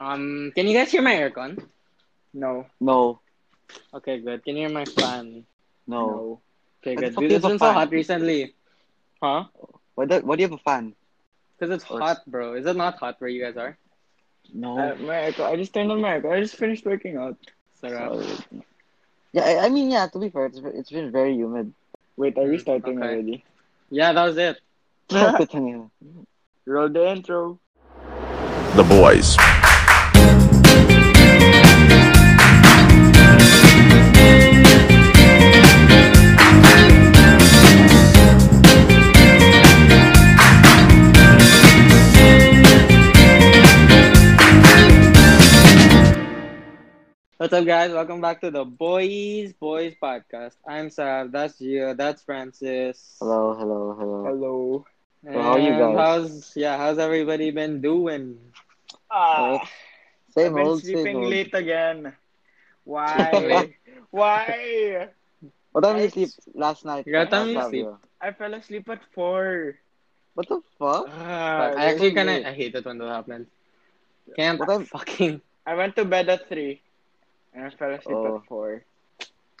Um, can you guys hear my aircon? No. No, Okay, good. Can you hear my fan? no. Okay, Why the good. fuck Dude, you it's have a been so fan? hot recently. Huh? Why, do, why do you have a fan? Because it's Or- hot, bro. Is it not hot where you guys are? No. Oh. Uh, my echo. I just turned on my echo. I just finished working out. Sarap. yeah, I, I mean, yeah, to be fair, it's, it's been very humid. Wait, are we starting Okay. already? Yeah, that was it. Putang ina. Roll the intro. The boys. What's up, guys? Welcome back to the Boys Boys Podcast. I'm Sav. That's Gio. That's Francis. hello, hello, Oh. hello. Hello. And So how are you guys? How's yeah? How's everybody been doing? Ah, I've Same been old, same sleeping old. late again. Why? Why? What time did you Guys? sleep last night? What time did you Fabio? sleep? I fell asleep at four. What the fuck? Ah, I actually really kind of late. I hate it when that happens. Can't What time- fucking I went to bed at three, and I fell asleep Oh. at four.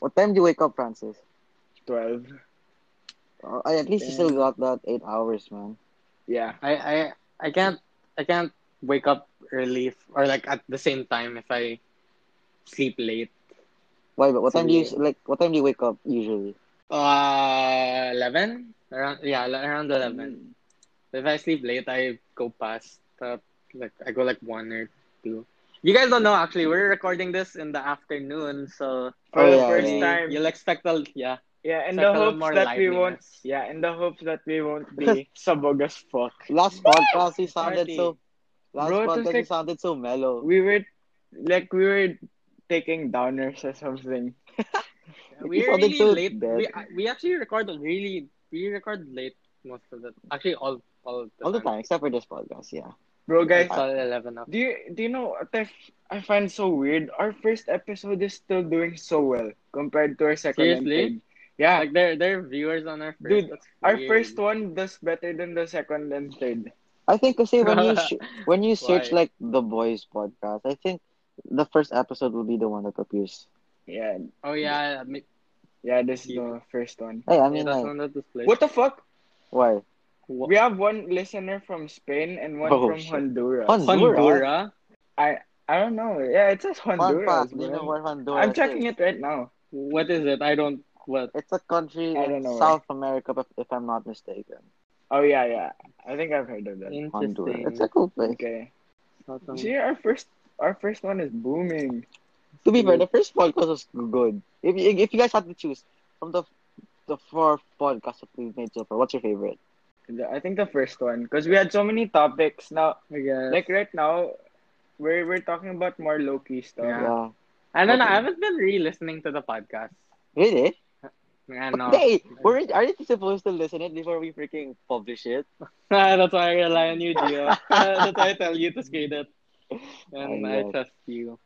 What time do you wake up, Francis? Twelve. Oh, I- at least you still got that eight hours, man. Yeah. I I I can't I can't wake up early f- or like at the same time if I sleep late. Why? But what time do you Yeah. like? What time do you wake up usually? Uh, eleven around yeah le- around Mm. eleven. Mm. If I sleep late, I go past uh, like I go like one or two. You guys don't know actually. We're recording this in the afternoon, so For Oh, the yeah, first yeah. time. you'll expect a yeah. Yeah, in expect the a little hopes more that we won't. liveliness. Yeah, in the hopes that we won't be sabog as fuck. Last podcast, you sounded Party. so. Last Bro, it was podcast, you like- sounded so mellow. We were, like, we were taking downers or something. we It's are all really so late. bad. We, uh, we actually record really we record late most of the actually all all of the All the time, except for this podcast, yeah. Bro, guys, It's all eleven uh, up. do you do you know what I, f- I find so weird? Our first episode is still doing so well compared to our second and Seriously? third. Yeah, Like there there are viewers on our first. Dude, that's our weird. first one does better than the second and third. I think because when you sh- when you search Why? like the boys podcast, I think the first episode will be the one that appears. Yeah, Oh yeah, I mean, yeah, this is the first one. Hey, yeah, I mean, that's like, one that displays. What the fuck? why? We have one listener from Spain and one Oh, from shit. Honduras. Honduras. Honduras? I I don't know. Yeah, it says Fun Honduras. fact, do you know bro. where Honduras I'm checking is? it right now. What is it? I don't. What? It's a country I in don't know where. South America, if, if I'm not mistaken. Oh yeah, yeah. I think I've heard of that. Interesting. Honduras. It's a cool place. Okay. Not some- See, our first our first one is booming. To be fair, the first podcast was good. If you, if you guys had to choose from the the four podcasts that we've made so far, what's your favorite? The- I think the first one because we had so many topics. Now, I guess. like right now, we're we're talking about more low key stuff. Yeah. Yeah. I don't know. I haven't been re-listening to the podcast. Really? I know. Hey, we're, aren't you supposed to listen it before we freaking publish it? That's why I rely on you, Gio. That's why I tell you to skate it. And I, I know. trust you.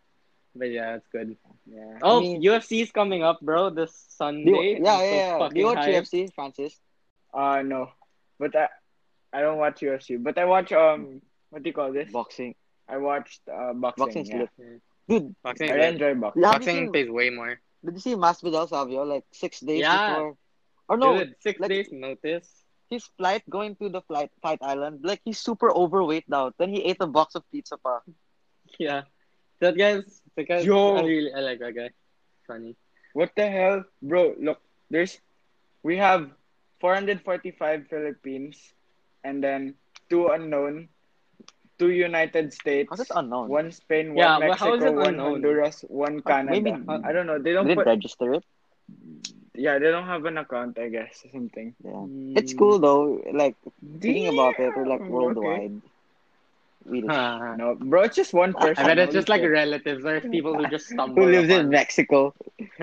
But yeah, it's good. Yeah. Oh, mean- UFC is coming up, bro, this Do you- Sunday. I'm yeah, so yeah, yeah. Do fucking you watch hyped. UFC, Francis? Uh no, but I I don't watch UFC, but I watch um what do you call this? Boxing. I watched uh boxing. Boxing's yeah. Dude, Boxing, I enjoy boxing. Yeah. boxing pays way more. did you see Masvidal Savio like six days Yeah. before? Or no, Dude, six like- days notice. his flight going to the flight flight island. Like he's super overweight now. Then he ate a box of pizza pa. Yeah. That guy's, that guy's Yo. I really I like that guy. Funny. What the hell, bro? Look, there's we have 445 Philippines, and then two unknown, two United States, How's it unknown? one Spain, Yeah, one but how is Mexico, it one unknown? Honduras, one Uh, Canada. maybe- I don't know. They They don't didn't put. register it. Yeah, they don't have an account. I guess something. Yeah. Mm. It's cool though. Like thinking about it, we're like Damn, worldwide. We just- Huh. No, bro, it's just one person. I bet it's holy just like shit. relatives or people who just stumble. Who lives in upon- Mexico?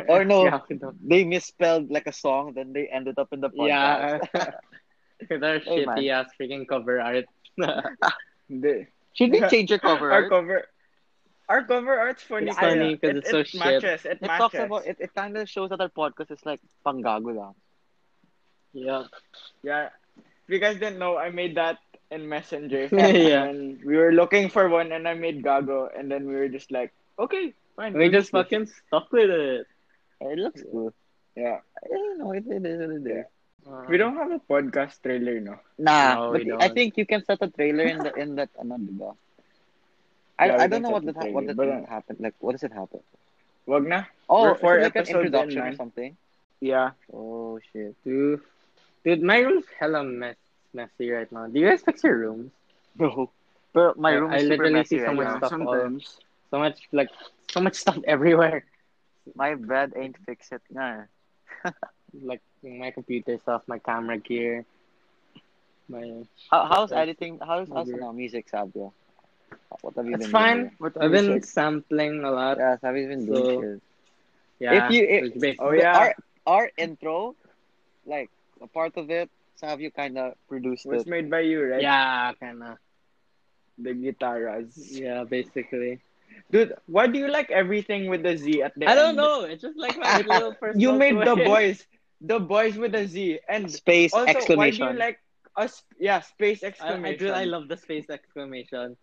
Or no, Yeah, who don't- they misspelled like a song, then they ended up in the podcast. Yeah. Their Hey, man. shitty ass freaking cover art. They- Should we change your cover? our art? cover. Our cover art's funny. It's funny 'cause It- it's so it shit. matches. It, it matches. talks about it. It kind of shows that our podcast is like panggago lang. yeah. Yeah. if you guys didn't know, I made that in Messenger. Yeah. And we were looking for one, and I made Gago, and then we were just like, okay, fine. We we'll just do this. fucking stuck with it. It looks cool. Yeah. I don't know. It, it is what it is. Uh, We don't have a podcast trailer, no? Nah, No, but we I don't. think you can set a trailer in the in that ano, diba? I, Yeah, I we can don't know what that set the ha- trailer, what that but, thing uh, happened. Like what does it happen? Wag na? Oh, we're is four it like an episodes in, introduction or man. something. Yeah. Oh shit. Dude, dude, my room's hella mess, messy right now. Do you guys fix your rooms? No. But my I- room I is super literally messy see right someone- now. stuff So much like so much stuff everywhere. My bed ain't fixed it nga. eh. Like my computer stuff, my camera gear, my. How, how's editing? How's how's Okay. ano, music, Sabio? What have you It's been fine. doing? What I've been sampling a lot. Yeah, Sabio's been doing So- shit. Yeah. If you- if- it's big. Oh, The- yeah. Our our intro, like a part of it, Savio kind of produced it. was made by you, right? yeah, kinda. The guitaras. Yeah, basically. Dude, why do you like everything with the Z at the I don't end? know. It's just like my little personal. You made the twist. boys. The boys with the Z. And Space also, exclamation. why do you like us? Yeah, space I, I, do, exclamation. I love the space exclamation.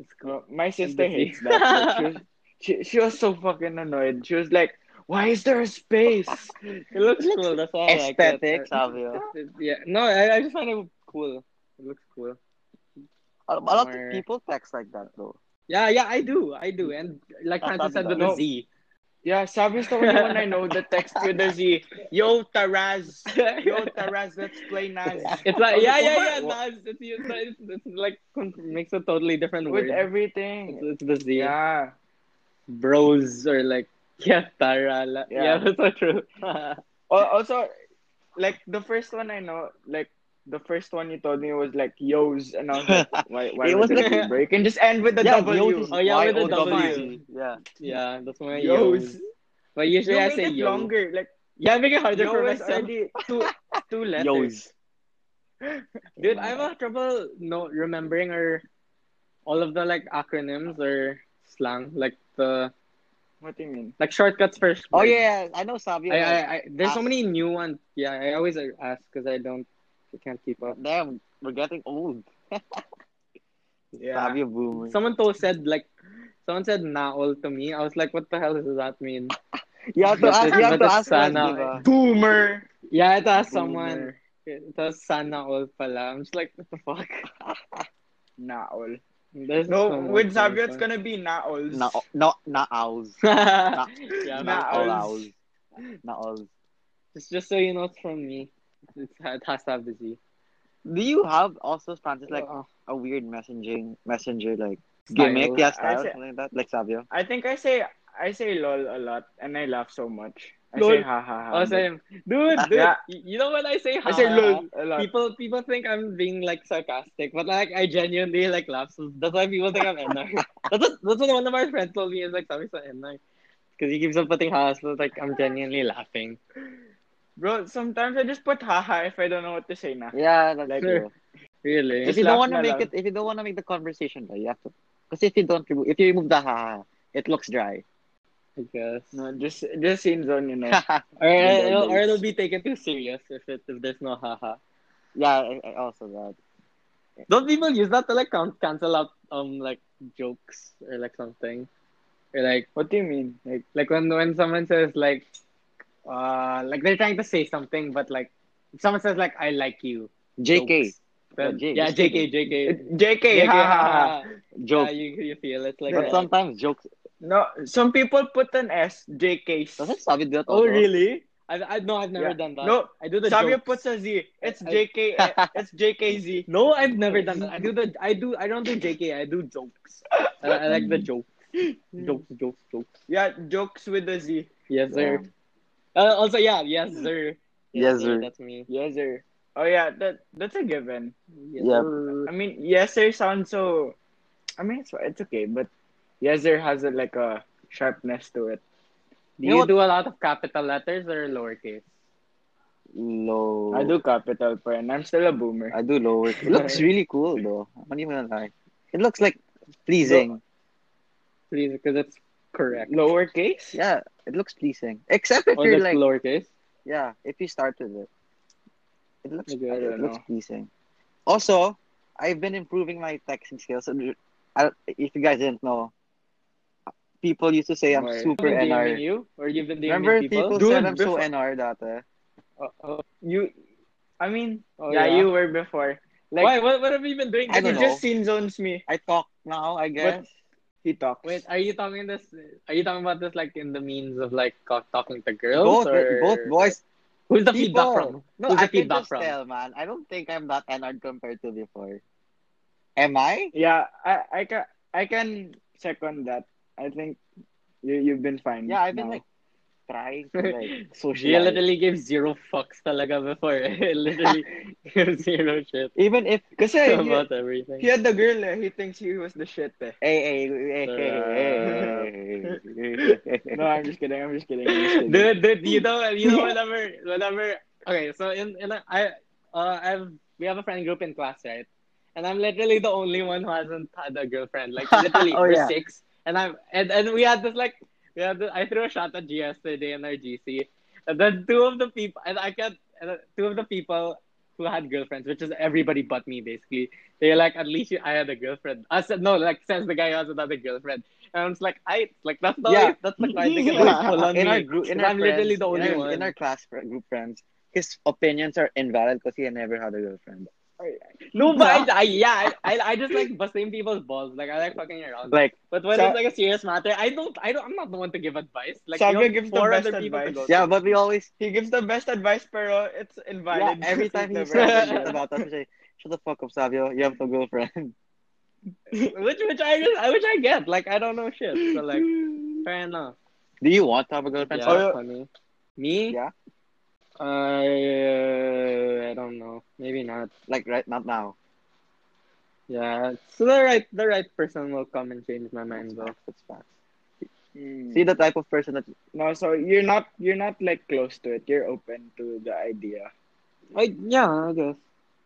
It's cool. No, my sister And the hates that. She was, she, she was so fucking annoyed. She was like, "Why is there a space?" It looks cool. That's why I like Aesthetic, it. Savio. It- Yeah. No, I, I just find it cool. It looks cool. A, a lot Somewhere. of people text like that though. Yeah, yeah, I do. I do. And like That's Francis said not with bad. the Z. Yeah, Sabi's the only one I know that texts with a Z. Yo, Taraz. Yo, it's Taraz, let's play Naz. like yeah, yeah, yeah. What? Nas, it's, it's, like- it's, it's like con- makes a totally different With word. everything. it's, it's the Z. Yeah. Bros or like yeah, Tara. la- Yeah. Yeah. that's so true. Al- Oh, Also, like the first one I know, like the first one you told me was like Yo's, and I was like, why? Why It would was it like- be break? You can just end with the yeah, W. Yos is Oh, yeah, with the Y-O-W. W. Yeah. yeah, that's my Yo's. yo's. But usually You I make say it yo. longer. Like Yeah, make it harder Yo for is myself. already two two letters. Yos. Dude, I have a trouble no remembering or all of the like acronyms or slang, like the What do you mean? like shortcuts for. words. Oh yeah, I know Savio. I, I, I there's so Ah. Ask. many new ones. Yeah, I always ask because I don't, I can't keep up. Damn, we're getting old. Savio boomer. Mm. Someone told said like, someone said naol to me. I was like, what the hell does that mean? you have to This ask. is You have to what ask. it's us, sana. diba? Boomer. Yeah, it was someone. It was sanaol pala. I'm just like, what the fuck? Naol. There's No, much with Xavier, it's nonsense. gonna be Naols. Na na na owls. yeah, Na- but- all Naols. owls. Na owls. Just, just so you know, it's from me. It's, it has to have the Z. Do you have also Francis like Uh, a weird messaging messenger like style. gimmick? Yeah, I style say- something like that. Like Savio. I think I say I say lol a lot, and I laugh so much. I Lol. say ha ha ha. Oh, same. Dude, dude, Yeah. y- you know when I say I say "ha," lol a lot. people people think I'm being like sarcastic, but like I genuinely like laugh. So that's why people think I'm NR. that's what that's what one of my friends told me is like Sammy's not NR. Because he keeps on putting ha, so like I'm genuinely laughing. Bro, sometimes I just put haha if I don't know what to say na. Yeah, that's Like- true. Really? If you Just don't laugh want to na make lang. it, if you don't want to make the conversation, right, you have to. Because if you don't remove, if you remove the ha, it looks dry. I guess. No, just just in zone, you know. Or, Yeah, it'll, or it's- it'll be taken too serious if it if there's no haha. yeah, I, I also that. Don't people use that to like can- cancel out um like jokes or like something? Or like what do you mean? Like like when when someone says like uh like they're trying to say something but like if someone says like I like you. JK jokes, then- Yeah, J- yeah, just JK, kidding. JK. JK, eh, ha ha ha. Yeah, joke, you, you feel it's like but a- sometimes jokes. No, some people put an S. JK. Doesn't Sabi do that? Oh also? really? I I no I've never Yeah. done that. No, I do the Xavier jokes. puts a Z. It's I- JK. it's JKZ. No, I've never done that. I do the I do I don't do JK. I do jokes. I, I like the jokes. Jokes, jokes, jokes. Yeah, jokes with a Z. Yes, sir. Yeah. Uh, also, yeah, yes, sir. Yes, sir. That's me. Yes, sir. Oh yeah, that that's a given. Yes, Yeah. sir. I mean, yes, sir sounds so. I mean, it's it's okay, but yes, sir has a, like a sharpness to it. Do You you, know what- do a lot of capital letters or lowercase? Low. I do capital pa, and I'm still a boomer. I do lower. It looks really cool though. I'm not even gonna lie. It looks like pleasing. Please, because it's correct. Lowercase. Yeah, it looks pleasing. Except if Oh, Or you're that's like, lowercase. yeah, if you start with it, it looks Okay, I it don't looks know. pleasing. Also, I've been improving my texting skills. And I, if you guys didn't know, people used to say I'm Why? super You've been DMing NR. you? Or you've been DMing Remember, people? people, Dude, said I'm so before- NR dati. Oh, oh, You, I mean, oh, yeah, yeah, you were before. Like, Why? What, what have you been doing? I you don't know. just seen zones me. I talk now, I guess. He talks. Wait, are you talking this? Are you talking about this like in the means of like co- talking to girls Both, or both boys. Who's the people. feedback from? No, Who's the I can feedback just from? tell, man. I don't think I'm that NR compared to before. Am I? Yeah, I, I can, I can second that. I think you, you've Mm, been fine. Yeah, I've been now. like trying to like Gia socialize. literally gave zero fucks talaga before. eh. literally gave zero shit Even if Kasi he, about everything. he had the girl eh. He thinks he was the shit eh. hey hey hey hey, hey, hey, Uh. hey. No, I'm just kidding. I'm just kidding. I'm just kidding. dude, dude, you know, you know, whenever, whenever. Okay, so in in a, I, uh, I've we have a friend group in class, right? And I'm literally the only one who hasn't had a girlfriend. Like literally, Oh, we're yeah. six, and I'm and, and we had this like we had this, I threw a shot at G yesterday in our GC, and then two of the people and I can't and uh, two of the people who had girlfriends, which is everybody but me basically. They're like, at least you, I had a girlfriend. I said no, like says the guy who has another girlfriend. And I'm just like, I like that's the Yeah. way, that's the kind of thing Yeah. pull on in me. our group, in Because I'm our friends, literally the only in our, one. in our class fr- group friends. His opinions are invalid because he had never had a girlfriend. No, but I, I yeah, I, I, I just like busting people's balls. Like I like fucking around. Like but when Sa- it's like a serious matter, I don't, I don't, I'm not the one to give advice. Like Saga you have gives the four best other people to advice. go to. yeah, but we always He gives the best advice, pero it's yeah, invalid. every time he Never says actually. shit about us, we say, "Shut the fuck up, Savio. You have no girlfriend." which, which I just, I which I get. Like I don't know shit. So like, fair enough. Do you want to have a girlfriend? Yeah, Savio? funny. Me? Oh, Yeah. Uh, I don't know. Maybe not. Like right not now. Yeah. So the right, the right person will come and change my mind though. That's facts. Hmm. See the type of person that No, so you're not you're not like close to it. You're open to the idea. I, yeah, I guess.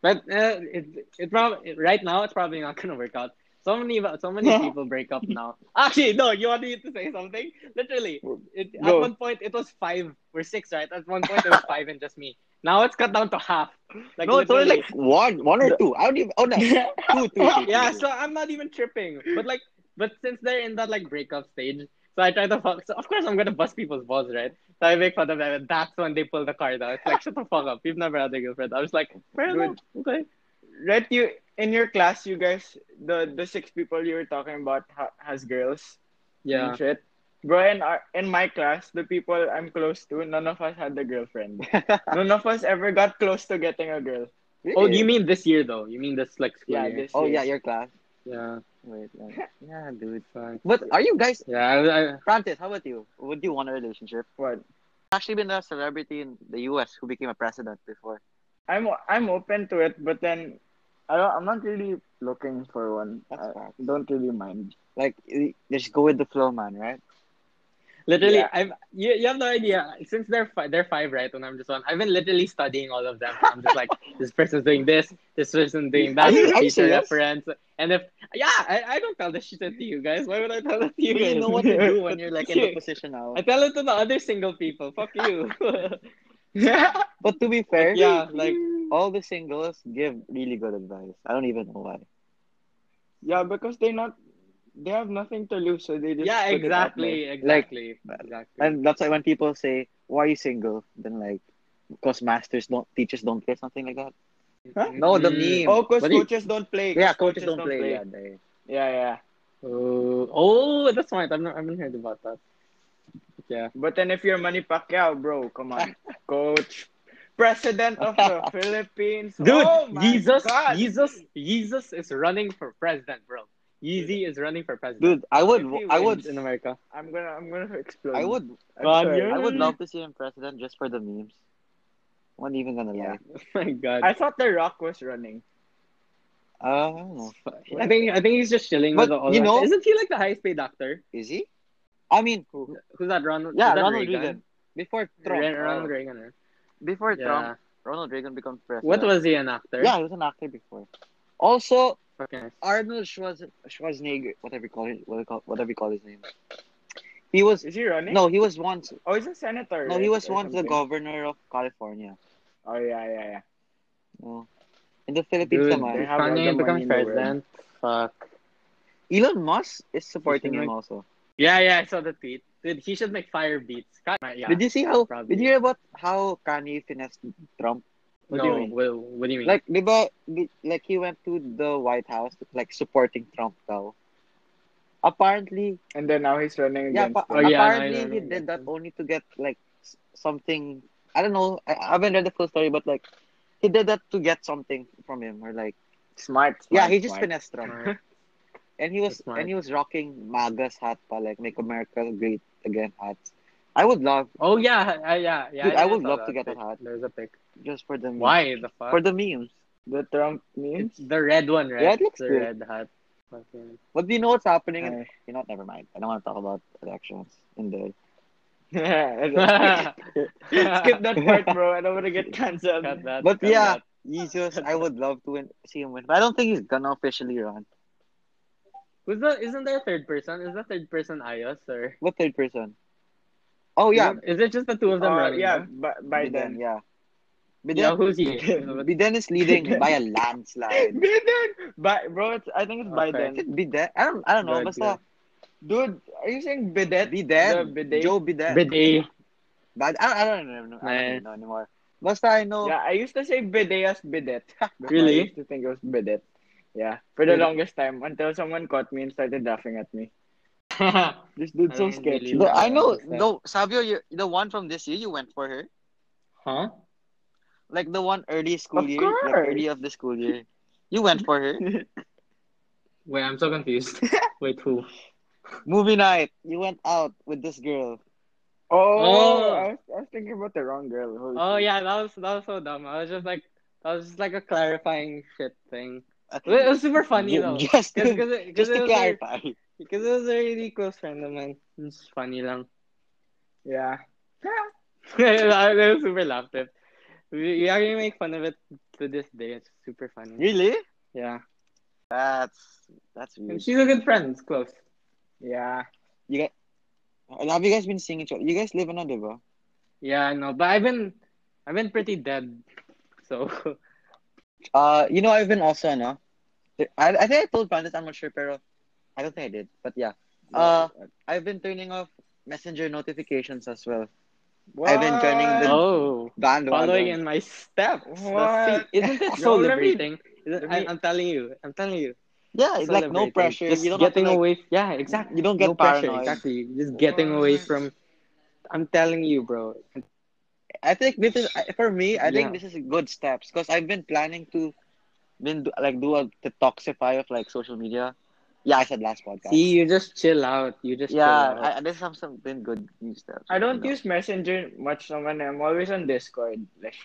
But uh, it it probably right now it's probably not gonna work out. So many so many people break up now. Actually, no, you want me to say something? Literally, it, at Go. one point it was five or six, right? At one point it was five and just me. Now it's cut down to half. Like no, it's only literally. like one, one or two. I don't even. Oh no, two, two, two, two, yeah. So two. I'm not even tripping. But like, but since they're in that like breakup stage, so I try to fuck. So of course I'm gonna bust people's balls, right? So I make fun of them, and that's when they pull the card out. It's like shut the fuck up. You've never had a girlfriend. I was like, fair Dude. enough. Okay. Right, you in your class, you guys, the the six people you were talking about ha- has girls Yeah. and shit. Bro, in our in my class, the people I'm close to, none of us had a girlfriend. none of us ever got close to getting a girl. Oh, you mean this year though? You mean this like school Yeah, year? this. Oh year. yeah, your class. Yeah, Wait, yeah, yeah, dude. fine. But are you guys, Yeah, I, I, Francis? How about you? Would you want a relationship? What? Actually, been a celebrity in the U.S. who became a president before. I'm I'm open to it, but then I don't. I'm not really looking for one. That's I facts. don't really mind. Like, you just go with the flow, man. Right? literally, Yeah. I've you, you have no idea. Since they're five, they're five, right? And I'm just one. I've been literally studying all of them. I'm just like, this person's doing this, this person's doing that. Are you- are you teacher serious? reference. And if yeah, I, I don't tell this shit to you guys. Why would I tell it to you You, guys? know what to do when you're like in the position now. I tell it to the other single people. Fuck you. But to be fair, yeah, like all the singles give really good advice. I don't even know why. Yeah, because they not they have nothing to lose, so they just yeah, put it out exactly, there. Like, exactly, exactly. And that's why when people say, "Why are you single?" Then like, because masters don't, teachers don't care, something like that. Huh? No, the Mm. meme. Oh, cause What do you- coaches don't play. 'cause Yeah, coaches, don't, play. Yeah, they- Yeah, yeah. Oh, oh, that's smart. I've not, I've not heard about that. Yeah. But then if you're Manny Pacquiao, bro, come on, coach, president of the Philippines, Dude, oh my Jesus, God. Jesus, Jesus is running for president, bro. Yeezy is running for president. Dude, I would, If he I Would would, in America. I'm gonna, I'm gonna explode. I would, I'm God, sorry. you're- I would love to see him president just for the memes. I'm not even gonna lie. Oh my God. I thought The Rock was running. Uh, I don't Oh, know. I think I think he's just chilling But, with all you that. know- Isn't he like the highest paid actor? Is he? I mean, Who's that? Ronald? yeah, is that Ronald Reagan? Reagan. Before Trump, Re- Ronald uh, Reagan. right? before Yeah. Trump, Ronald Reagan became president. What was he an actor? Yeah, he was an actor before. Also, Fucking- Arnold Schwarz- Schwarzenegger, whatever you call it, what you call, whatever you call his name. He was Is he running? no, he was once Oh, he's a senator. no, he right, was or once the something. governor of California. Oh yeah, yeah, yeah. No. In the Philippines Dude, they naman, have all the Kanye money becomes in the world. president. Fuck. Elon Musk is supporting Isn't him like- also. Yeah, yeah, I saw the tweet. Dude, he should make fire beats. God, yeah. Did you see how? probably. Did you hear about how Kanye finessed Trump? What no, do you mean? What, what do you mean? Like, di ba, di- like he went to the White House, like supporting Trump daw. Apparently, And then now he's running yeah, against pa- Oh, yeah, apparently I know, I know, he I did know. that only to get like s- something. I don't know. I, I haven't read the full story, but like he did that to get something from him, or like smart, yeah, he just smart. finessed Trump, Alright. and he was That's smart. and he was rocking MAGA's hat pa, like Make America Great Again hats. I would love oh yeah, I, yeah, yeah. Dude, I would saw love that to get pic. a hat. There's a pic. just for the meme. Why the fuck? for the memes. The Trump memes. It's the red one, right? Yeah, it looks the good. red hat. Fucking- But do you know what's happening? in- Uh, you know, never mind. I don't want to talk about elections in the yeah, Skip that part, bro. I don't want to get canceled. Cut that, But cut yeah, that. Jesus, I would love to win, see him win, but I don't think he's gonna officially run. Who's the, isn't there a third person? Is the third person Ayos or? What third person? Oh yeah, Is it just the two of them Uh, running? yeah, no? by, by then. yeah. Biden, Yeah, who's he? Biden is leading by a landslide. Biden, by, bro. It's, I think it's Okay. Is Biden. it Biden? I don't, I don't know. Good, Basta Dude, are you saying Bidet? Biden, The bidet? Joe Biden. Bidet. But I, I don't even know. I don't even Nice. know anymore. Basta I know. Yeah, I used to say bidet as bidet. Before Really? I used to think it was bidet. Yeah, for the Really? longest time until someone caught me and started laughing at me. This dude's I so don't sketchy. believe The- I know. Yeah. Though Savio, you, the one from this year, you went for her. huh? Like the one early school Of year, like course. early of the school year. You went for her. Wait, I'm so confused. Wait, who? Movie night. You went out with this girl. Oh, Oh. I, was, I was thinking about the wrong girl. Holy Oh shit. yeah, that was that was so dumb. I was just like, that was just like a clarifying shit thing. Okay. It was super funny Ju- though. Just Cause, to, cause it, cause just it to was a, clarify. because it was a really close friend of mine. It's funny lang. yeah. I was super laughed at. We, we actually make fun of it to this day. It's super funny. Really? Yeah, That's that's and weird. she's a good friend. It's close. Yeah. Have you guys been seeing each other? You guys live in Adiba? Yeah, I know, but I've been I've been pretty dead. So Uh, you know, I've been also, no? I, I think I told Brandis, I'm not sure, pero I don't think I did. But yeah, Uh, I've been turning off messenger notifications as well. I've been turning the- oh, following Bandwagon. in my steps. Let's What? see. Isn't it Yo, so let me- liberating? Isn't, let I, me- I'm telling you, I'm telling you. Yeah, it's like no celebrating. pressure. Just you don't have to, getting like, away. Yeah, exactly. You don't no get pressure. paranoid. Exactly. Just getting away from. I'm telling you, bro. I think this is I- for me. I Yeah. think this is good steps because I've been planning to, been do- like do a detoxify of like social media. Yeah, I said last podcast. See, you just chill out. You just yeah, Chill out. I, this is some something good new steps. I don't you know. use Messenger much naman. eh. I'm always on Discord. Like,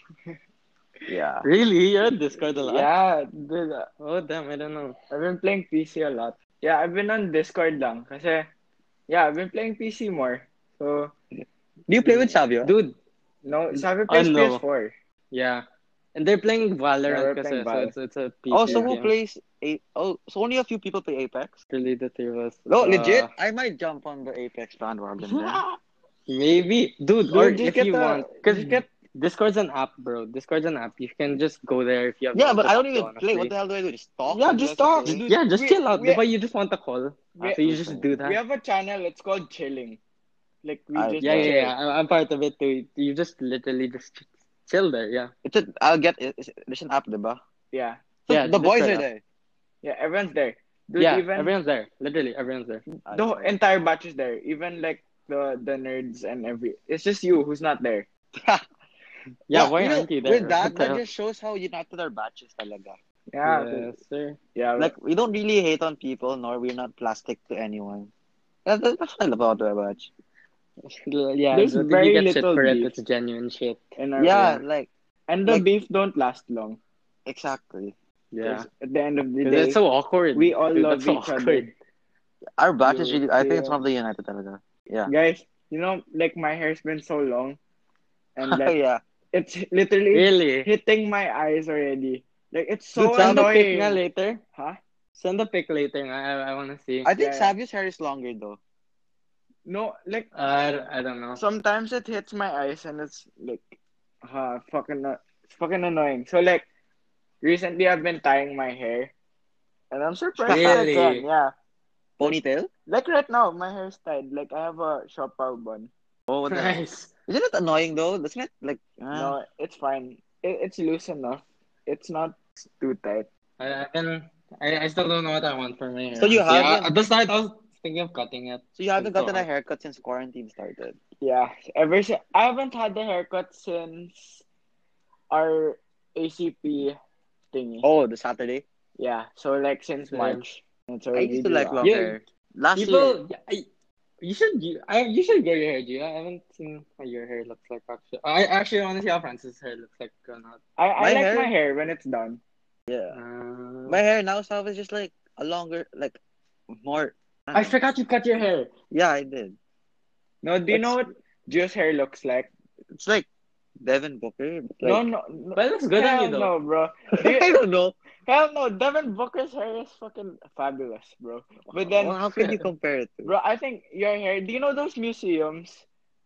Yeah. really? You're on Discord a lot. yeah, dude, uh, Oh damn! I don't know. I've been playing PC a lot. Yeah, I've been on Discord lang kasi yeah, I've been playing PC more. So, Do you play with Savio? Dude. no, I sabi plays know. PS4. Yeah. And they're playing Yeah, we're Valorant, kasi, playing so Val. it's, it's a PC oh, so who game. plays? A- oh, so only a few people play Apex. Really, the three of us. No, Uh, legit. I might jump on the Apex bandwagon. then. Maybe, dude. or Dude, just if get you the- want, because just get- Discord's an app, bro. Discord's an app. You can just go there if you have. yeah, the- but I don't the- even play. What honestly. the hell do I do? Just talk? Yeah, Do I just have talk, to play? dude. Yeah, just We- chill out. we- That's why you just want the call. we- so you just do that. We have a channel. It's called Chilling. Like we Uh, just Ah, yeah, yeah, chill. yeah. I'm, I'm part of it too. You just literally just ch- chill there. Yeah. It's a, I'll get. It's, it's an app, diba? yeah, So Yeah, the just boys try are it there. yeah. Everyone's there. Dude, yeah. even Everyone's there. Literally, everyone's there. the whole- entire batch is there. Even like the the nerds and every. It's just you who's not there. Yeah. Yeah, why you know, aren't you there? With What that, the that hell? just shows how united our batches talaga. Yeah, yes, sir. yeah. Like, we don't really hate on people, nor we're not plastic to anyone. That- That's what I love about our batch. Yeah. There's if very you get shit little for it. beef. It's genuine shit. in our Yeah, room. like, and the like- beef don't last long. exactly. Yeah. 'Cause At the end of the 'Cause day, it's so awkward. we all Dude, love that's so each other. Our batch is really, Yeah, I think it's yeah. one of the united talaga. Yeah. Guys, you know, like my hair's been so long, and like yeah. it's literally Really. hitting my eyes already. Like it's so Dude, send the pic annoying. nga later. Huh? Send the pic later. nga. I I wanna see. I think Yeah. Savio's hair is longer, though. No, like Uh, I don't know. sometimes it hits my eyes and it's like, uh, fucking, it's fucking annoying. So like, recently I've been tying my hair, and I'm surprised that I Really? can. Yeah, Ponytail? like right now my hair's tied. Like I have a shopper bun. Oh, what the- Nice. Isn't it annoying though? Doesn't it like uh, No, it's fine. It, it's loose enough. It's not too tight. I, I've been, I, I still don't know what I want for my hair. So you honestly. haven't- I- at the start, I was thinking of cutting it. So you haven't It's so gotten a hard. haircut since quarantine started. Yeah, ever since I haven't had the haircut since our ACP thingy. Oh, the Saturday. Yeah, so like since Same. March. It's I already used to like July. long You- hair. Last year. People, I, you should, you, I, you should grow your hair, Gia. I haven't seen what your hair looks like. Actually, I actually want to see how Francis' hair looks like or not. I, I My like hair- my hair when it's done. Yeah. Uh, My hair now stuff is just like a longer like more I forgot you cut your hair. Yeah, I did. No, do you It's- know what Gio's hair looks like? It's like Devin Booker. Like, no, no, no. But it looks good on Hell you, though. no, bro. I don't know. Hell no, Devin Booker's hair is fucking fabulous, bro. But then, how can you compare it to? bro, I think your hair. Do you know those museums?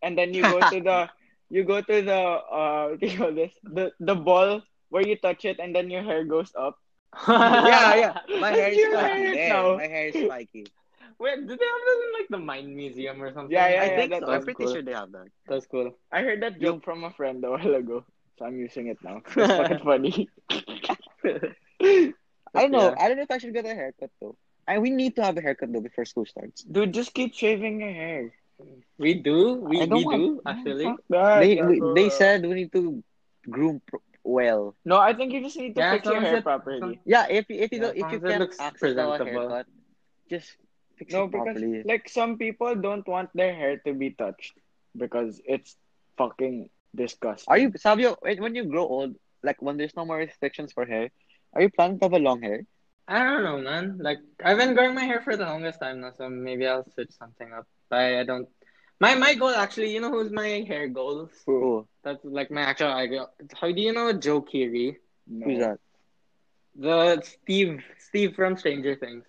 And then you go to the, you go to the, uh, what do you call this? The the ball where you touch it, and then your hair goes up. yeah, yeah. My hair is Your spiky. hair there. now. My hair is spiky. Wait, did they have this in like the mine museum or something? Yeah, yeah, I yeah, think that so. I'm was pretty cool. sure they have that. That's cool. I heard that You- joke from a friend a while ago, so I'm using it now. It's fucking funny. I know. Yeah. I don't know if I should get a haircut though. I we need to have a haircut though before school starts. Dude, just keep shaving your hair. We do, we, I don't we want- do actually. Fuck that, they yeah, uh, we, bro. they said we need to groom pro- well. No, I think you just need to Yeah, fix as your long as hair it- properly. Yeah, if if you Yeah, don't, if as you long as it can't looks access a presentable. haircut, just fix No, it because properly. like some people don't want their hair to be touched because it's fucking disgusting. Are you Savio? When when you grow old, like when there's no more restrictions for hair, are you planning to have a long hair? I don't know, man. Like I've been growing my hair for the longest time now, so maybe I'll switch something up. I, I don't. My my goal actually, you know who's my hair goals? Who? That's like my actual idea. How do you know Joe Keery? No. Who's that? The Steve Steve from Stranger Things.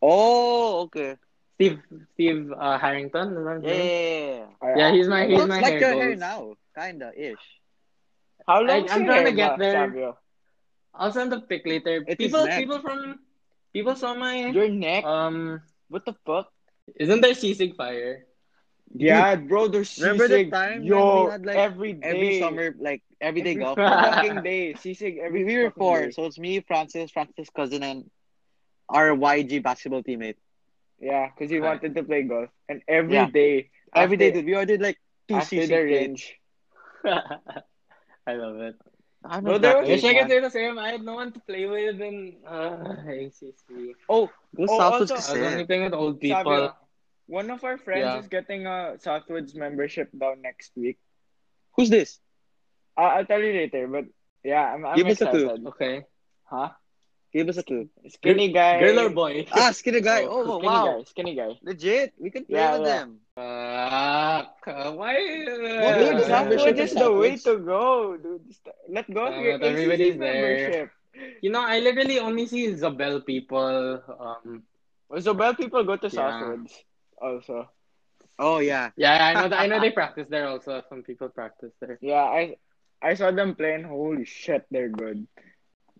Oh, okay. Steve Steve uh, Harrington. Is that his Yeah, name? yeah, I- Yeah, he's my yeah. he's Looks my like hair your goals. hair now, kinda ish. How long? I- I'm trying to get there. Savio? I'll send the pic later. It is people neck. people from people saw my Your neck? um. what the fuck? Isn't there seasick fire? Yeah, bro. There's Remember the sisig, time when yo, we had, like, every day, Every summer, like every day golf. fucking day, sisig every we, we were fucking four, day. so it's me, Francis, Francis' cousin, and our YG basketball teammate. Yeah, because he Right. wanted to play golf, and every Yeah. day, Every day, after- dude, we ordered like two after CC the plates. range. I love it. I'm Bro, not there that was- I age, wish I could man. say the same. I had no one to play with in uh, ACC. Oh, Who's Oh, Southwoods also- I was only kasi? playing with old people. Savio, one of our friends Yeah. is getting a Southwoods membership down next week. Who's this? I- I'll tell you later, but yeah, I'm, I'm Give us a clue. excited. Okay. Huh? Give us a clue. Skinny guy. Girl or boy? Ah, skinny guy. Oh, skinny wow. guy. Skinny guy. Legit. We can play Yeah, with yeah. them. Uh, why? Ah. Well, yeah. dude, Southwoods is the way Southwoods. to go, dude. Just Let go of Yeah, your but Uh, everybody's ACC there. membership. you know, I literally only see Isabel people. Um, Well, So bad people go to Yeah. Southwoods also. Oh, yeah. yeah, I know. that- I know they practice there also. Some people practice there. Yeah, I I saw them playing. Holy shit, they're good.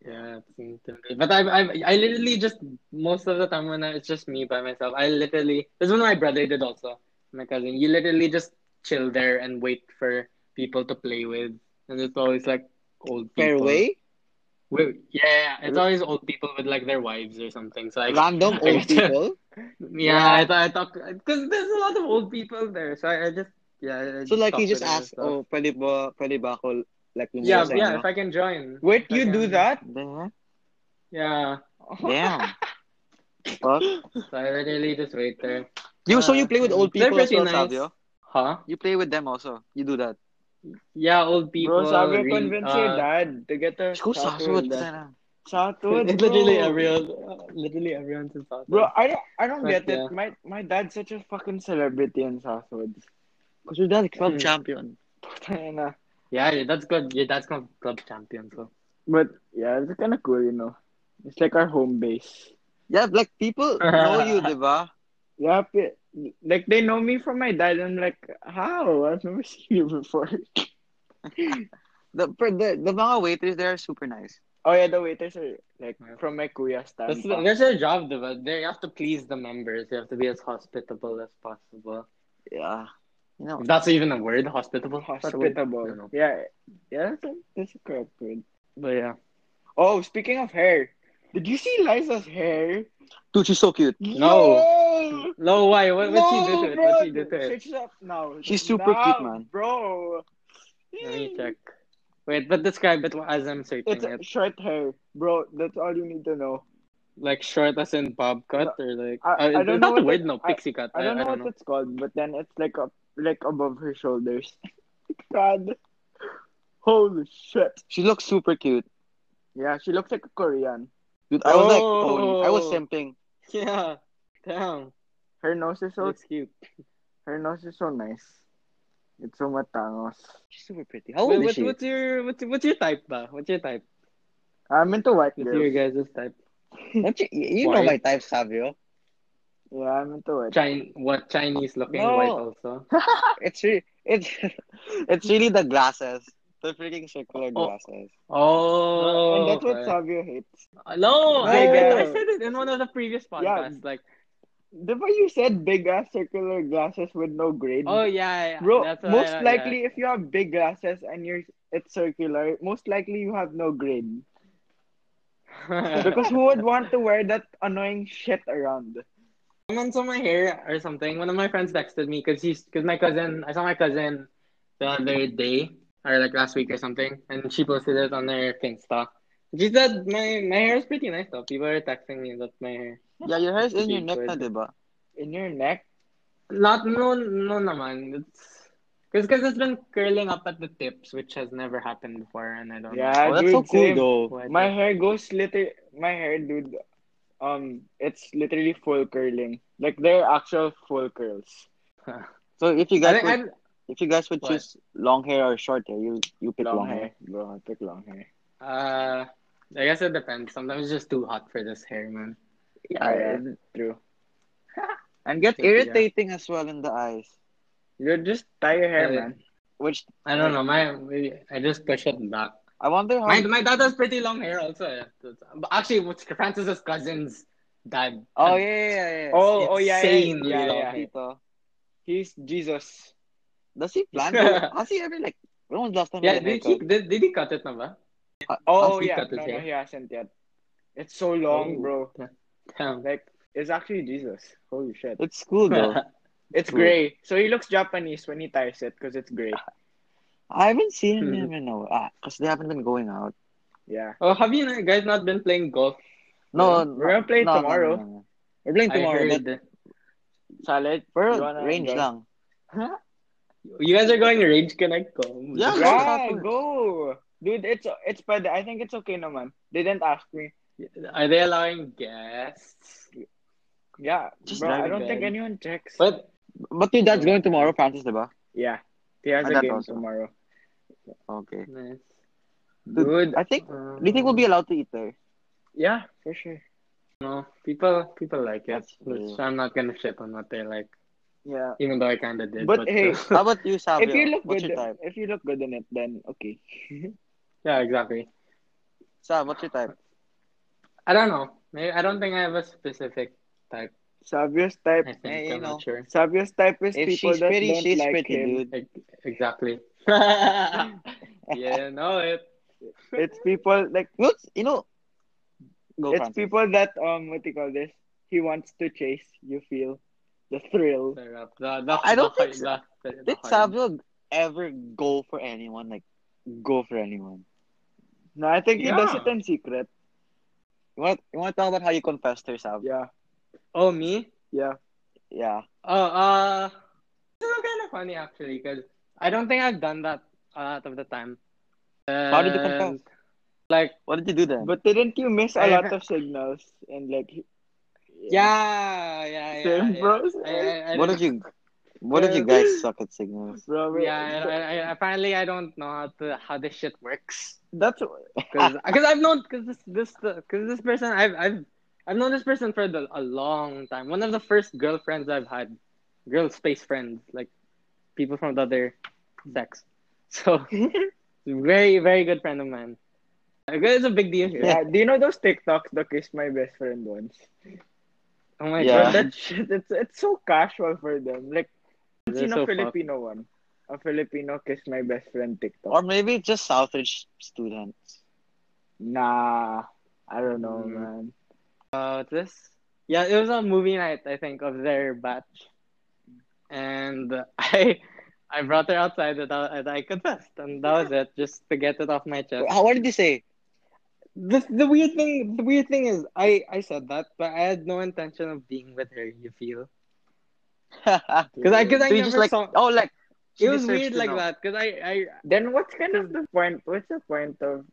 Yeah, it's intimidating. But I, I, I literally just most of the time when I, it's just me by myself, I literally this is what my brother did also, my cousin. You literally just chill there and wait for people to play with, and it's always like old people. Fairway? Wait, yeah, it's always old people with like their wives or something. So I, Random old people? yeah, I thought I talk because there's a lot of old people there, so I, I just yeah. I So, like, talk you just to them and asked, stuff. oh, pwede ba, pwede ba ako, like, yung yeah, sa yeah, if inyo? I can join. If Wait, I you do can- that? Diba? Yeah, Damn. Fuck. so I literally just wait there. You, so Uh, you play with old they're people as pretty well, nice. Savio? Huh? You play with them also. You do that. Yeah, old people. uh, Bro, Savio re- convinced your dad to get a Who's Southwoods? Sana. Southwoods. It's literally bro. everyone. uh, Literally everyone's in South. Bro, I don't, I don't But, get it. yeah. My my dad's such a fucking celebrity in Southwoods. Because you're that club Mm. champion. Putang ina. yeah, yeah, that's good. Yeah, that's good. Club champion. So But yeah, it's kind of cool, you know. It's like our home base. Yeah, like, people know you, diba? Yeah, pe- like they know me from my dad. I'm like, how? I've never seen you before. The, the, the mga waiters there are super nice. Oh yeah, the waiters are like from my kuya's That's, standpoint. that's their job, diba? They have to please the members. You have to be as hospitable as possible. Yeah. You know, If that's even a word, hospitable. I don't Hospitable. know. Yeah, yeah, that's a, that's a correct word. But yeah. Oh, speaking of hair, did you see Liza's hair? dude, she's so cute. No. No, why? What, what she No, did to it? bro. What she did to it? Switch it up now. She's super Now, cute, man. Bro. Let me check. Wait, but describe it as I'm searching It's it. short hair, bro. That's all you need to know. Like short as in bob cut or like I- uh, I don't know not the what word it- no I- pixie cut. I don't know what it's called, but then it's like up, like above her shoulders. God, holy shit! She looks super cute. Yeah, she looks like a Korean. Dude, I was like, Oh. oh, I was simping. Yeah. Damn. Her nose is so Looks cute. her nose is so nice. It's so matangos. She's super pretty. How old Wait, is what, she? what's your what's, what's your type ba? What's your type? I'm into white What's your girls. guys' type? Don't you you Why? know my type, Savio. Yeah, I'm into white. Chin- what Chinese looking No. white also. It's re- it's it's really the glasses, the freaking circular Oh. glasses. Oh, and that's what okay. Savio hates. No, I, No. get- I said it in one of the previous podcasts. Like, The way you said big ass circular glasses with no grade. oh yeah, yeah Bro, that's what most I- yeah. likely if you have big glasses and you're it's circular, most likely you have no grade. Because who would want to wear that annoying shit around? comments on my hair or something. One of my friends texted me because he's because my cousin. I saw my cousin the other day or like last week or something, and she posted it on her Insta. She said my my hair is pretty nice though. People are texting me that my hair. Yeah, your hair's in your Big neck na, bird. diba? In your neck? Not no no naman. It's because because it's been curling up at the tips, which has never happened before, and I don't know. Oh, Yeah, that's dude, so cool same. though. why My that- hair goes liter my hair dude um it's literally full curling. Like they're actual full curls. So if I you guys think would, I'm- if you guys would What? choose long hair or short hair, you you pick long, Long hair. hair. Bro, I pick long hair. Uh, I guess it depends. Sometimes it's just too hot for this hair, man. Yeah, yeah, true. And get Thank you, yeah. irritating as well in the eyes. You just tie your hair, Uh, man. Which I don't know. My I just push it back. I wonder how My my dad has pretty long hair also. Yeah. That's- But actually, what's Francis's cousin's dad? Oh yeah, yeah, yeah. Oh, oh yeah, yeah, Insanely yeah, long yeah. hair. Tito. He's Jesus. Does he plan to has he ever like when was the last time Yeah, he had a did he haircut? did, did he cut it na ba? Oh Has he yeah, cut his no, no, hair? he hasn't yet. It's so long, Oh. bro. Damn. Like it's actually Jesus. Holy shit. uh, It's cool though. It's True. gray. So he looks Japanese when he ties it because it's gray. I haven't seen Mhm. him in a while because they haven't been going out. Yeah. oh, have you guys not been playing golf? No, Yeah. We're gonna play no, no, tomorrow. no, no, no. We're playing I tomorrow. heard but Salad. we're you wanna range enjoy? lang. you guys are going to Range Connect. oh. Yeah, That's- man. Yeah, go. Dude, it's it's pwede. I think it's okay naman. They didn't ask me. Are they allowing guests? Yeah. Just bro, I driving don't think then. anyone checks. But But your dad's going tomorrow, Francis, diba? yeah. He has My a dad game also. tomorrow. Okay. nice. Dude. I think. uh, Do you think we'll be allowed to eat there? Yeah, for sure. No, people people like it. That's Which true. I'm not gonna shit on what they like, Yeah. even though I kind of did. But hey, How about you, Savio? If you look what's good your type? if you look good in it, then okay. yeah, exactly. Sav, what's your type? I don't know. Maybe, I don't think I have a specific type. Savio's type I think Eh, you I'm know. not sure. Savio's type is If people she's that pretty, don't she's like pretty, him. dude. Ex- Exactly. yeah, know it. It's people like You know, you know go it's Francis. people that um what do you call this? He wants to chase. You feel the thrill. The, the, I don't the, think so. the, the, Did Savio ever go for anyone? Like, go for anyone? No, I think Yeah. he does it in secret. You want, you want to talk about how you confessed to yourself? Yeah, Oh me? yeah. Yeah. Oh uh, this is kind of funny actually because I don't think I've done that a lot of the time. How did you And, confess? Like What did you do then? But didn't you miss a I- lot of signals and like? yeah, yeah, yeah. Same, yeah. bro. I, I, I didn't- what did you? What did you Uh, guys suck at signals? Bro, wait, Yeah, I, I, I, apparently I don't know how to how this shit works. that's because Ah. I've known because this this because this person I've I've I've known this person for the, a long time. One of the first girlfriends I've had, girl space friends, like people from the other sex. So very very good friend of mine, Okay, It's a big deal here. Yeah. Do you know those TikToks, the kiss my best friend ones? Oh my Yeah. Bro, god. that shit, it's, it's so casual for them. Like, I've They're seen so a Filipino one. A Filipino kiss my best friend TikTok. Or maybe just Southridge students. Nah, I don't know, Mm. man. Uh, this? Yeah, it was a movie night, I think, of their batch. And I I brought her outside and I, and I confessed. And that was it, just to get it off my chest. How, what did you say? The, the weird thing the weird thing is I, I said that, but I had no intention of being with her, you feel? Because I, cause I So you never just like, saw... oh, like, she It was deserves weird to like know. that, because I, I, Then what's kind of the point? What's the point of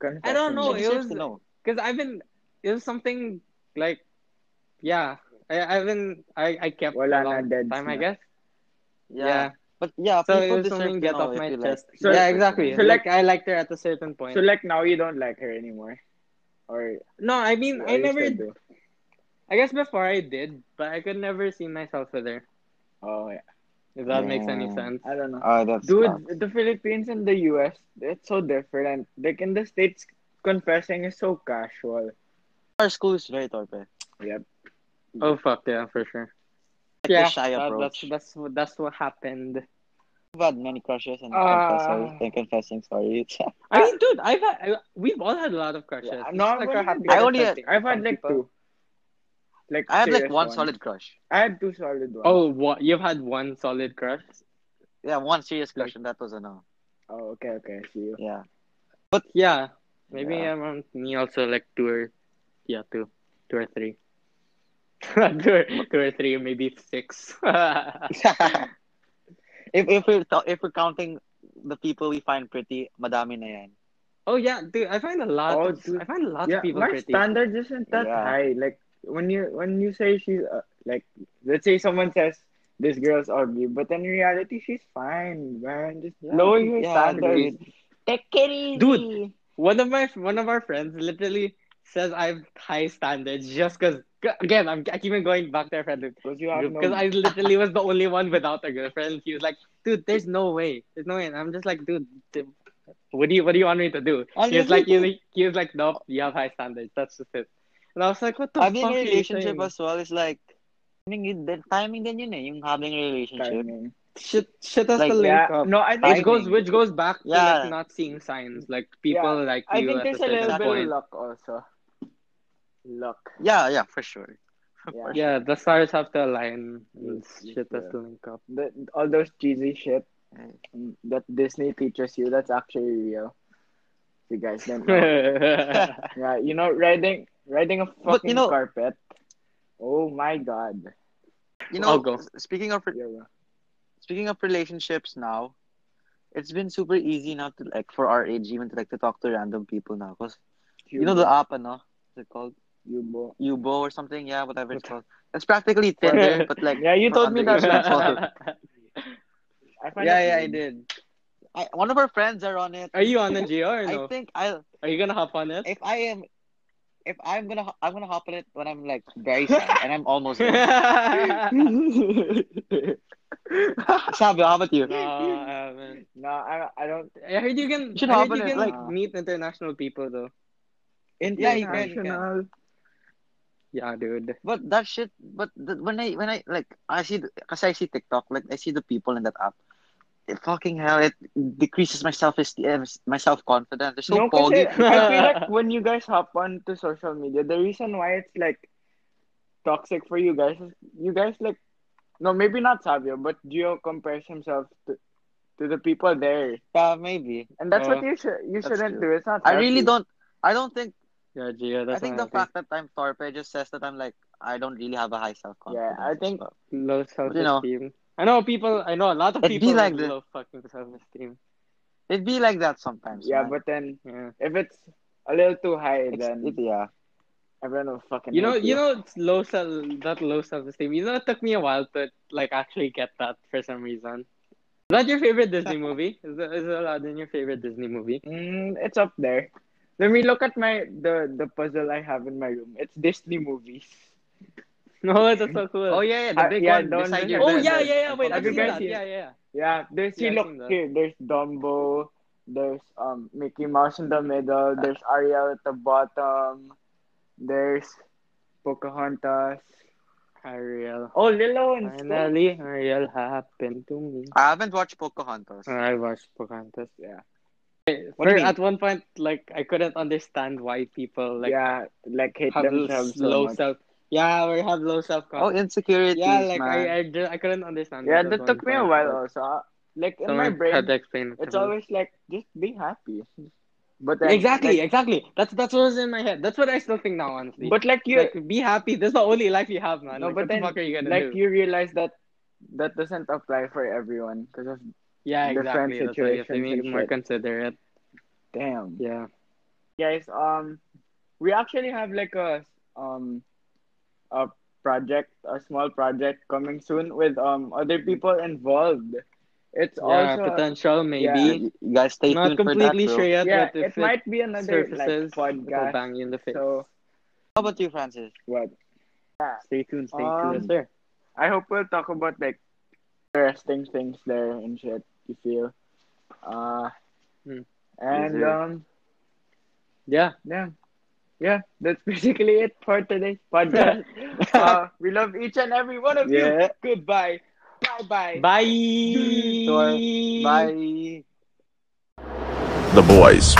confessing? I don't know, it She that? deserves was- to know. because I've been it was something like yeah I, I've been I, I kept Wala a na, long deads time I na. guess Yeah. But yeah, so it people was deserve to something get know off if my you like. chest So- yeah exactly so like, like- I liked her at a certain point So like now you don't like her anymore, or no I mean or I you never still do? I guess before I did but I could never see myself with her Oh yeah, if that makes any Yeah. sense I don't know. Oh, that's Dude, tough. the Philippines and the US, it's so different. Like in the States, confessing is so casual. Our school is very torpe. oh fuck yeah for sure Like yeah the shy that- approach. that's that's what that's what happened I've had many crushes Uh, and, Ah. confessors and confessing stories. I mean dude I've had I, we've all had a lot of crushes Yeah, It's no, just like a I've only had- happy accepting I only Uh, I've had some like people. two. Like I have like serious one ones. solid crush. I had two solid ones. oh what you've had one solid crush Yeah, one serious crush, and that was a no. Oh, okay, okay, I see you. Yeah. Yeah, maybe Yeah. I'm on me also like two or yeah two, two or three, two, or, two or three, maybe six. if if we're ta- if we're counting the people we find pretty, madami na yan. oh yeah, dude, I find a lot. Oh, of, dude. I find a lot yeah, of people my pretty. standard isn't that Yeah. high. Like when you when you say she's uh, like, let's say someone says this girl's ugly, but in reality she's fine, man. Just lower your yeah, standards. Take it easy. Dude. One of my one of our friends literally says I have high standards just because. Again, I'm I keep on going back to our friend group because you have no. because I literally was the only one without a girlfriend. He was like, "Dude, there's no way, there's no way." And I'm just like, "Dude, th- what do you what do you want me to do?" I He was mean, like, you, he was like, nope, you have high standards. That's just it. And I was like, what the having fuck? a are you relationship saying? as well is like timing, the timing din yun eh, yung having a relationship. Timing. shit, shit has Like, to link Yeah, up. no, Which I think Timing. goes, which goes back to like Yeah. not seeing signs, like people like I you at a think there's a little certain bit of point. luck also. Luck. Yeah, yeah, for sure. Yeah. Yeah, the stars have to align. And Yeah. shit has to link up. The, all those cheesy shit Right. that Disney teaches you, that's actually real. You guys don't know. yeah, Yeah, you know, riding riding a But, fucking you know- carpet. Oh my god. You I'll know, go. speaking of Yeah, bro. speaking of relationships now, it's been super easy now to like for our age even to like to talk to random people now. Cause you know the app, ano? What's it called? Yubo. Ubo or something? Yeah, whatever it's called. It's practically Tinder, but like Yeah, you for told me underage that. people. I find yeah, it yeah, I weird. did. I, one of our friends are on it. Are you on the Geo or I no? think I'll Are you gonna hop on it? if I am if I'm gonna I'm gonna hop on it when I'm like very sad and I'm almost no, there. Sabi, how about you? I haven't. No, I, I don't. I heard you can. You should I heard hop on you it, can like- meet international people though. Yeah, you can, you can. International. Yeah, dude. But that shit, but the, when I when I like I see because I see TikTok, like I see the people in that app. It, fucking hell! It decreases my self esteem, my self confidence. They're so no, foggy. kasi I feel like when you guys hop on to social media, the reason why it's like toxic for you guys is you guys like no, maybe not Sabio, but Gio compares himself to to the people there, Yeah, maybe. and that's Oh, what you should you that's shouldn't true. do. It's not. I really healthy. don't. I don't think. Yeah, Gio. That's I think what the fact that I'm torpe just says that I'm like I don't really have a high self confidence. Yeah, I think- low self you know. esteem. I know people. I know a lot of It'd be people like with this. low fucking self esteem. it'd be like that sometimes. Yeah, man. but then Yeah. if it's a little too high, It's- then it- yeah. everyone will fucking. You know, hate you know, it's low self that low self esteem. You know, it took me a while to like actually get that for some reason. Is that your favorite Disney movie? Is is Aladdin your favorite Disney movie? Mm, it's up there. Let me look at my the the puzzle I have in my room. It's Disney movies. No, that's so cool. Oh yeah, yeah the I- big yeah, one don't- beside your Oh bed. yeah, yeah, yeah. Wait, Have I've you seen guys that. seen Yeah, yeah. Yeah, there's Yeah, see I've look seen that. here. There's Dumbo. There's um Mickey Mouse in the middle. There's Ariel at the bottom. There's Pocahontas. Ariel. Oh, Lilo and Stitch. Finally, Ariel happened to me. I haven't watched Pocahontas. Ah, I watched Pocahontas. Yeah. What do you mean? at one point, like I couldn't understand why people like yeah, like hate have themselves so low much. self. Yeah, or have low self oh, confidence. insecurities, yeah, like man. I, I, ju- I couldn't understand. Yeah, it at that one took me a point, while but also. Uh, Like in my someone brain, had to explain it to it's me. always like just be happy. But then, exactly, like- exactly. That's that's what was in my head. That's what I still think now, honestly. but like you, like, be happy. This is the only life you have, man. No, like, but what then, the fuck are you gonna like do? you realize that that doesn't apply for everyone because of yeah, exactly. That's why different you have to situations be and more shit. considerate. damn Yeah. guys. Um, we actually have like a um a project, a small project coming soon with um other people involved. It's yeah, also potential maybe. you you guys stay Not tuned for completely that, bro. sure yet, yeah, but if it might be another like surfaces, it'll podcast. bang you in the face. So How about you, Francis? what? stay tuned, stay Um, tuned. Yes, sir. I hope we'll talk about like interesting things there and shit. You feel, uh, Hmm. and Easier. um. Yeah. Yeah. Yeah, that's basically it for today's podcast. uh, we love each and every one of you. Yeah. Goodbye. Bye bye. Bye. Bye. The boys.